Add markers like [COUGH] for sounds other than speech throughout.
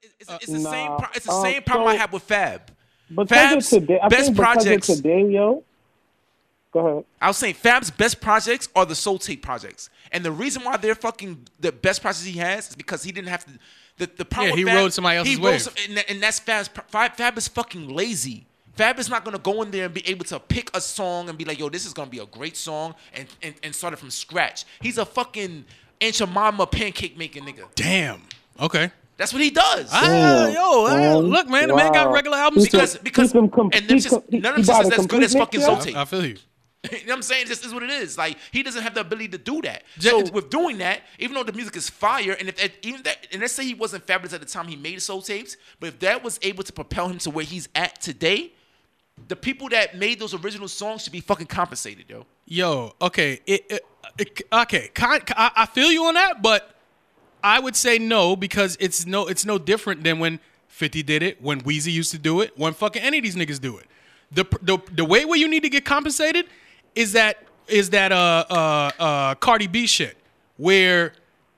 It's, it's the same. Nah. Pro- it's the Uh, same problem I so- have with Fab. Because Fab's of today, I best think projects- Because of today, yo. Go ahead. I was saying Fab's best projects are the Soul Tape projects, and the reason why they're fucking the best projects he has is because he didn't have to. The, the problem Yeah, with he Fab, rode somebody else's he rode wave. some- and, that- and that's Fab's. pro- Fab, Fab is fucking lazy. Fab is not gonna go in there and be able to pick a song and be like, "Yo, this is gonna be a great song," and and, and start it from scratch. He's a fucking Aunt Your Mama pancake making nigga. Damn. Okay. That's what he does. Ah, yo, ah, man. look, man, the man got Um, Wow. regular albums. because because Keep him com- and them keep shits- com- none of them he shits bought is a as good as fucking complete mixture? Soul I, Tape. I feel you. [LAUGHS] You know what I'm saying? This is what it is. Like he doesn't have the ability to do that. Ja- So with doing that, even though the music is fire, and if if- even that, and let's say he wasn't fabulous at the time he made his soul tapes, but if that was able to propel him to where he's at today, the people that made those original songs should be fucking compensated, yo. Yo, okay, it, it, it- okay, Con, I, I feel you on that, but I would say no because it's no, it's no different than when Fifty did it, when Weezy used to do it, when fucking any of these niggas do it. The pr- the, the way where you need to get compensated is that is that uh uh uh Cardi B shit where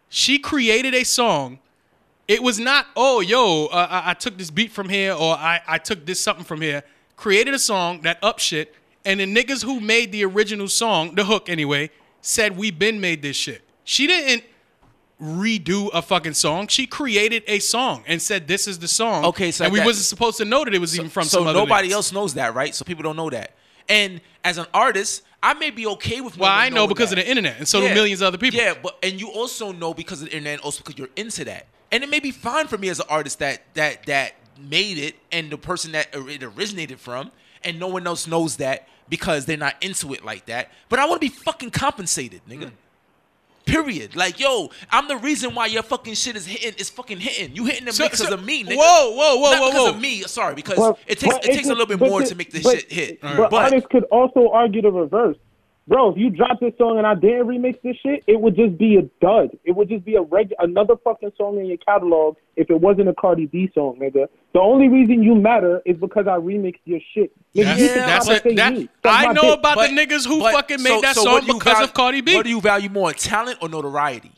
she created a song it was not, oh, yo, uh, I, I took this beat from here or I, I took this something from here. Created a song that up shit, and the niggas who made the original song, the hook anyway, said we been made this shit. She didn't redo a fucking song. She created a song and said this is the song. Okay, so and we that- wasn't supposed to know that it was even from so some other nobody niggas. else knows that, right? So people don't know that. And as an artist, I may be okay with. Well, no one I know knowing because that. of the internet, and so do millions of other people. Yeah, but and you also know because of the internet, and also because you're into that, and it may be fine for me as an artist that that that made it and the person that or- it originated from, and no one else knows that because they're not into it like that. But I want to be fucking compensated, nigga. Hmm. Period. Like, yo, I'm the reason why your fucking shit is hitting. Is fucking hitting. You hitting them So- because so- of me, nigga. Whoa, whoa, whoa, Not whoa, because whoa. of me. Sorry, because But- it takes but it takes a could- little bit but more could- to make this but- shit hit. But, artists could also argue the reverse. Bro, if you drop this song and I didn't remix this shit, it would just be a dud. It would just be a reg- another fucking song in your catalog if it wasn't a Cardi B song, nigga. The only reason you matter is because I remixed your shit. Nigga, That's, you can that's compensate it. That, me. Suck I my know dick. about But- the niggas who but- fucking made so- that so what song do you because val- of Cardi B. What do you value more, talent or notoriety?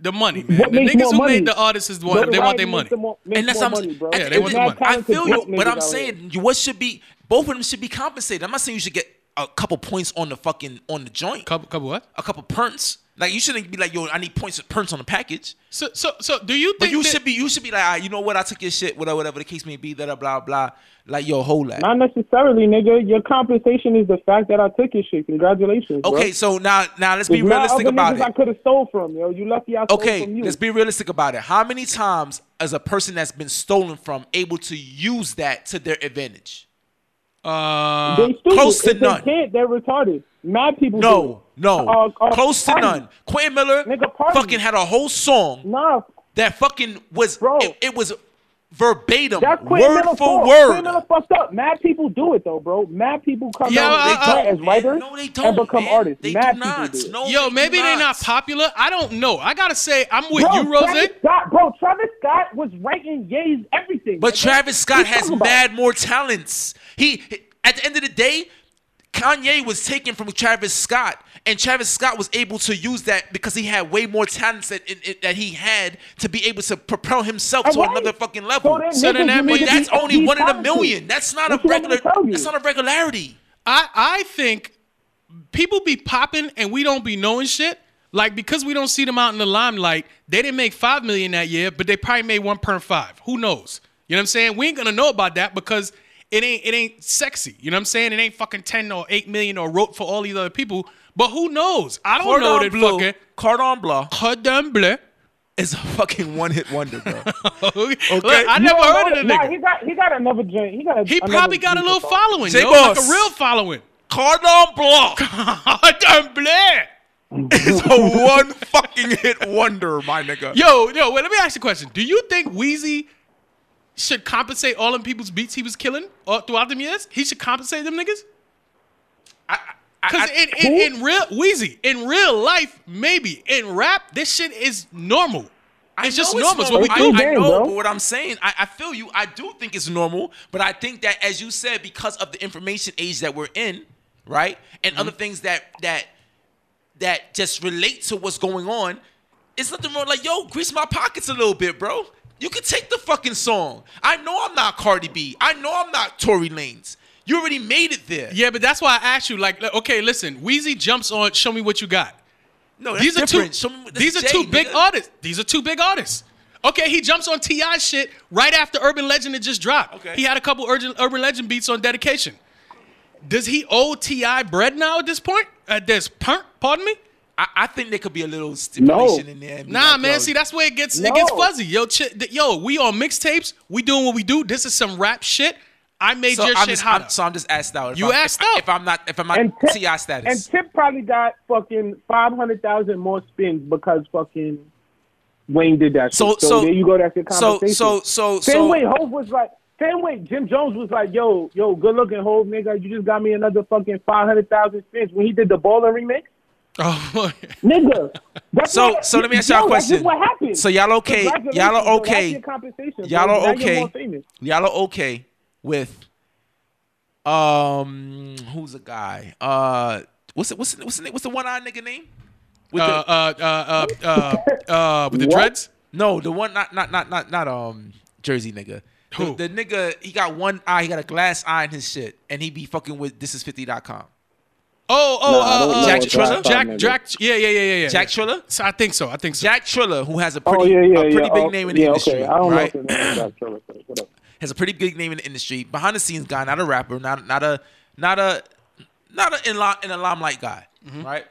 the money, man. What the makes niggas more who money? made the artists is the one. They want Notoriety their makes money. the mo- makes and that's more what I'm- money, bro. I- Yeah, I- they want the money. I feel you, but Talented niggas I'm out here. saying you what should be both of them should be compensated. I'm not saying you should get a couple points on the fucking on the joint, Couple, couple what? a couple punts. Like you shouldn't be like, yo, I need points points on the package. So, so, so, do you think But you that- should be you should be like, "Ah, you know what, I took your shit, whatever, whatever the case may be, that blah blah. Like yo, hold that. Not necessarily, nigga. Your compensation is the fact that I took your shit. Congratulations. bro. Okay, so now now let's There's be not realistic other about niggas it. I could have stole from yo. You lucky I stole Okay, from you. let's be realistic about it. How many times is a person that's been stolen from able to use that to their advantage? Uh, They stupid. close to If they none. can't, they're retarded. Mad people. do it. No, no, Uh, uh, close to Cardi. none. Quentin Miller Nigga, Cardi. fucking had a whole song Nah, that fucking was Bro. It, it was verbatim, that's Quentin word Miller for fault. word. Quentin Miller fucked up. Mad people do it though, bro. Mad people come Yeah, out I- I- they as writers no, they don't and become man. artists. They Mad do people not. do it. No, yo, they maybe do they're not. not popular. I don't know. I gotta say, I'm with Bro, you, Rose. Travis Scott, bro, Travis Scott was writing Ye's everything. But nigga. Travis What Scott you has talking about? mad more talents. He at the end of the day, Kanye was taken from Travis Scott, and Travis Scott was able to use that because he had way more talents that in, in- that he had to be able to propel himself to Alright. another fucking level. then So then niggas, that you means- need to that's be- only be one in a talented. million. That's not What a you want me to regular. tell you? That's not a regularity. I, I think people be popping and we don't be knowing shit. Like because we don't see them out in the limelight, they didn't make five million that year, but they probably made one point five. Who knows? You know what I'm saying? We ain't gonna know about that because it ain't it ain't sexy. You know what I'm saying? It ain't fucking ten or eight million or wrote for all these other people. But who knows? I don't know Cordon that Bleu, fucking Cordon Bleu Cordon Bleu. is a fucking one-hit wonder, [LAUGHS] bro. Look, I never Yeah, heard of the nah, nigga. he got he got another joint. He got a, He another probably got a beat little about- following, Say yo, like boss. a real following. [LAUGHS] Cordon Bleu [LAUGHS] Cordon Bleu. is [LAUGHS] a one fucking hit wonder, my nigga. Yo, yo, wait, let me ask you a question. Do you think Wheezy should compensate all them people's beats he was killing all throughout them years? He should compensate them niggas? Because in, in, in real Wheezy, in real life, maybe in rap, this shit is normal. It's just know normal. It's what we I- do. I, Damn, know, bro. but what I'm saying, I, I feel you. I do think it's normal, but I think that, as you said, because of the information age that we're in, right, and other Mm-hmm. things that that that just relate to what's going on, it's nothing wrong. Like, yo, grease my pockets a little bit, bro. You can take the fucking song. I know I'm not Cardi B. I know I'm not Tory Lanez. You already made it there. Yeah, but that's why I asked you. Like, like, okay, listen, Wheezy jumps on. Show me what you got. No, that's These are different. Show two. me- that's these are Jay, two big nigga. artists. These are two big artists. Okay, he jumps on Ti shit right after Urban Legend had just dropped. Okay. He had a couple Urban, Urban Legend beats on Dedication. Does he owe Ti bread now at this point? At this point, pardon me. I, I think there could be a little stipulation in there. and be Nah, like, man. yo, See, that's where it gets it No. gets fuzzy. Yo, ch- th- yo, we on mixtapes. We doing what we do. This is some rap shit. I made so your I'm shit just, hot. I'm, so I'm just asked out. If You I, asked if, I- out. if I'm not if I'm not And Tip, Ti status. and Tip probably got fucking five hundred thousand more spins because fucking Wayne did that. So- shit. so, so- there you go. That's your so conversation. so so same so way Hove was like. Same way Jim Jones was like, "Yo, yo, good looking Hove nigga, you just got me another fucking five hundred thousand spins when he did the baller remix, oh, nigga." That's So- what- so let me ask y'all a yo, that's just question. What happened? So y'all okay- y'all are Congratulations, yo, that's okay. your compensation, Y'all bro. are Now you're okay. more famous. y'all are okay with um who's a guy? Uh what's it what's it, what's the, what's the one eyed nigga name? uh, With the, uh, uh, uh, uh, uh, with the What? dreads. no, the one not not not not not um Jersey nigga. The- Who? The, nigga he got one eye, he got a glass eye in his shit, and he be fucking with this is 50.com. Oh, oh, Nah, I don't uh, uh, know Jack what Triller? y'all Jack, talking Jack, yeah, yeah, yeah, yeah, yeah. Jack Triller? So I think so. I think so. Jack Triller, who has a about. pretty, Oh yeah, yeah, a pretty yeah. big oh, name in the yeah, industry, Okay. I don't right? know if his name is Jack Triller, but whatever. has a pretty big name in the industry. Behind the scenes guy, not a rapper, not not a not a not a in, li- in a limelight guy, right?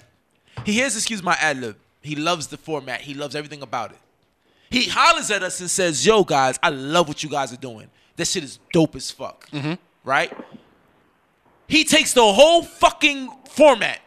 He hears excuse my ad lib. He loves the format. He loves everything about it. He hollers at us and says, "Yo guys, I love what you guys are doing. This shit is dope as fuck." Right? He takes the whole fucking format,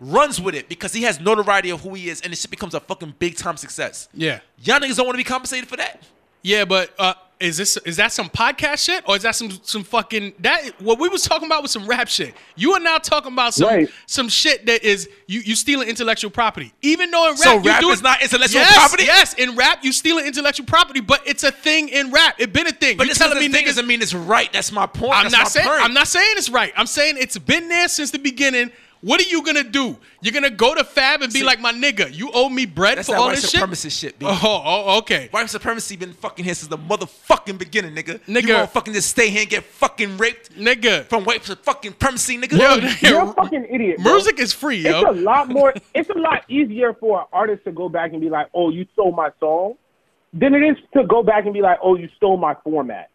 runs with it because he has notoriety of who he is, and this shit becomes a fucking big time success. Yeah, Y'all niggas don't want to be compensated for that. yeah, but uh, is this is that some podcast shit or is that some some fucking that what we was talking about was some rap shit? You are now talking about some Right. some shit that is you you stealing intellectual property, even though in rap So you rap do is not intellectual Yes, property? Yes, in rap you stealing intellectual property, but it's a thing in rap. It been a thing. But you this telling me niggas doesn't mean it's right. That's my point. I'm That's not my saying point. I'm not saying it's right. I'm saying it's been there since the beginning. What are you gonna do? You're gonna go to Fab and be See- like, my nigga, you owe me bread That's for that all white this shit. supremacist shit, B. Oh, oh, okay. White supremacy been fucking here since the motherfucking beginning, nigga. Nigga. You won't fucking just stay here and get fucking raped Nigga. from white su- fucking supremacy, nigga. Yo, You're nigga, a fucking idiot. bro. music is free, yo. It's a lot more. It's a lot easier for an artist to go back and be like, "Oh, you stole my song," than it is to go back and be like, "Oh, you stole my format."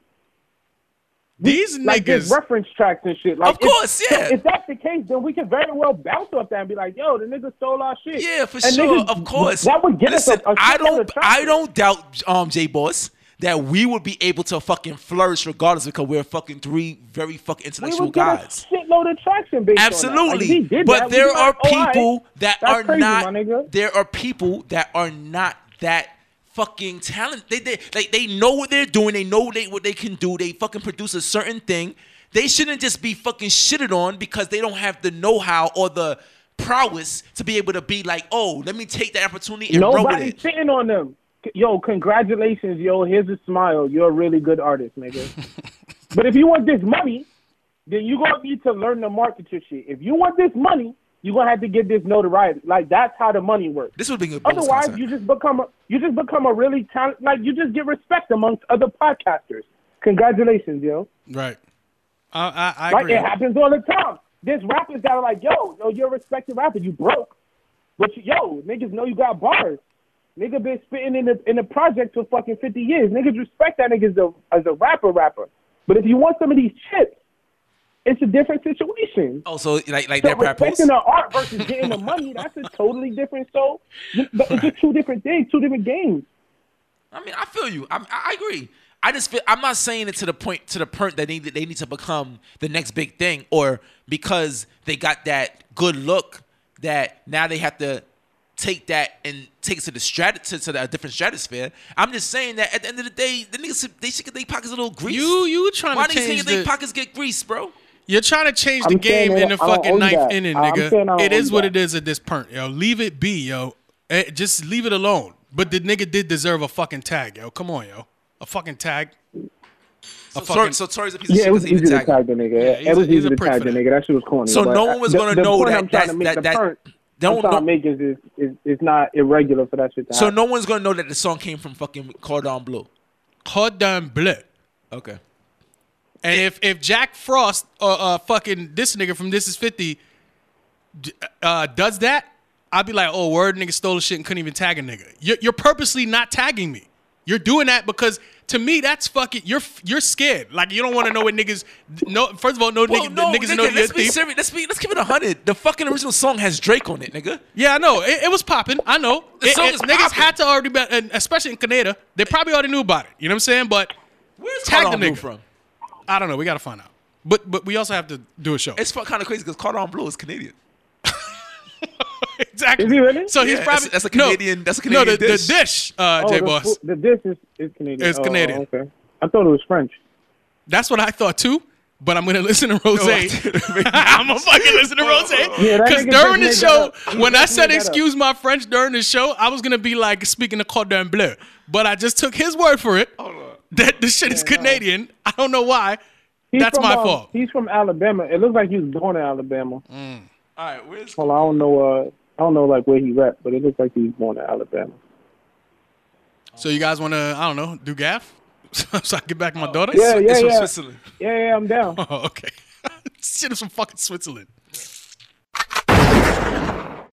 These Like there's niggas. reference tracks and shit. Like, Of course, if, yeah. so if that's the case, then we can very well bounce off that and be like, "Yo, the nigga stole our shit." Yeah, for And sure. niggas- of course. That would get Listen, us. A, a I shit ton don't of traffic. I don't doubt um J Boss that we would be able to fucking flourish regardless because we're fucking three very fucking We intellectual would get a guys. shitload of traction based on that. Like, if he Absolutely. did but that, we'd there be are like, "Oh, all right, people that that's are crazy, not My nigga. there are people that are not that fucking talent. They they like they know what they're doing, they know they what they can do, they fucking produce a certain thing. They shouldn't just be fucking shitted on because they don't have the know-how or the prowess to be able to be like, oh, let me take that opportunity and roll with Nobody's it. sitting on them. C- Yo, congratulations, yo. Here's a smile. You're a really good artist, nigga. but if you want this money, then you're gonna need to learn to market your shit. If you want this money, you're gonna have to get this notoriety. Like that's how the money works. This would be good. bonus Otherwise, content. you just become a you just become a really talent. Like you just get respect amongst other podcasters. Congratulations, yo. Right. I, I, I Like agree. it happens all the time. There's rappers that are like, yo, yo, you're a respected rapper. You broke, but you, yo, niggas know you got bars. Nigga been spitting in the in the project for fucking 50 years. Niggas respect that nigga as a, as a rapper rapper. But if you want some of these chips, it's a different situation. oh, so like like So that rap respecting the art versus getting the money, that's a totally different. So, but it's just two different things, two different games. I mean, I feel you. I, I agree. I just feel I'm not saying it to the point to the point that they need, they need to become the next big thing, or because they got that good look that now they have to take that and take it to the strat to, to the- a different stratosphere. I'm just saying that at the end of the day, the niggas should- they should get their pockets a little grease. You you trying Why to do these change niggas their the, pockets get greased, bro? You're trying to change the I'm saying game I in the don't- I don't fucking own ninth that. inning, I'm saying I nigga. don't It own is what it that. is at this point, yo. Leave it be, yo. Eh, just leave it alone. But the nigga did deserve a fucking tag, yo. Come on, yo. A fucking tag. So, fucking- Tory- so Tory's a piece of Yeah, shit it was 'cause he easy didn't to tag him. tag the nigga. he's it was a- he's easy a to prick tag for the that. nigga. That shit was corny. So but no I- one was the- gonna the know point that- I'm trying to that's- make, that- the that- point- don't I'm trying know- to make is, is is it's not irregular for that shit to So happen. no one's gonna know that the song came from fucking Cordon Bleu. Cordon bleu. Okay. And if if Jack Frost or uh, fucking this nigga from This Is Fifty d- uh, does that, I'd be like, oh, word, nigga stole the shit and couldn't even tag a nigga. You're, you're purposely not tagging me. You're doing that because to me that's fucking you're you're scared. Like you don't want to know what niggas. No, first of all, no, Well, nigga, no, niggas nigga, know you're a let's be thief. serious. Let's be. Let's give it a hundred. The fucking original song has Drake on it, nigga. Yeah, I know. It, it was popping. I know. The It- song it- is niggas popping. had to already be, and especially in Canada, they probably already knew about it. You know what I'm saying? But Where's Tag the Cordon Bleu nigga. from? I don't know. We gotta find out. But but we also have to do a show. It's kind of crazy because Cordon Bleu is Canadian. [LAUGHS] exactly. Is he really? So he's Yeah, probably that's- that's a no, Canadian- that's a No, the, Canadian dish. the dish, uh, Oh, J the Boss. fu- The dish is, is Canadian. It's Oh, Canadian. Okay. I thought it was French. That's what I thought too. But I'm gonna [LAUGHS] listen to Rose. Oh, didn't. [LAUGHS] I'm gonna fucking listen to Rose Yeah, that because nigga during the just made show, that up. He when I just said made that up. excuse my French during the show, I was gonna be like speaking to Cordon Bleu, but I just took his word for it Oh. that this shit is Canadian. I don't know why. He's That's from, my um, fault. He's from Alabama. It looks like he was born in Alabama. Mm. All right, where's Well, I don't know. Uh, I don't know like where he rep, but it looks like he was born in Alabama. So you guys wanna I don't know do gaff [LAUGHS] so I can get Oh. back my daughter? Yeah, yeah, it's from yeah. Switzerland? [LAUGHS] Yeah, yeah, I'm down. Oh, okay. This shit is from fucking Switzerland.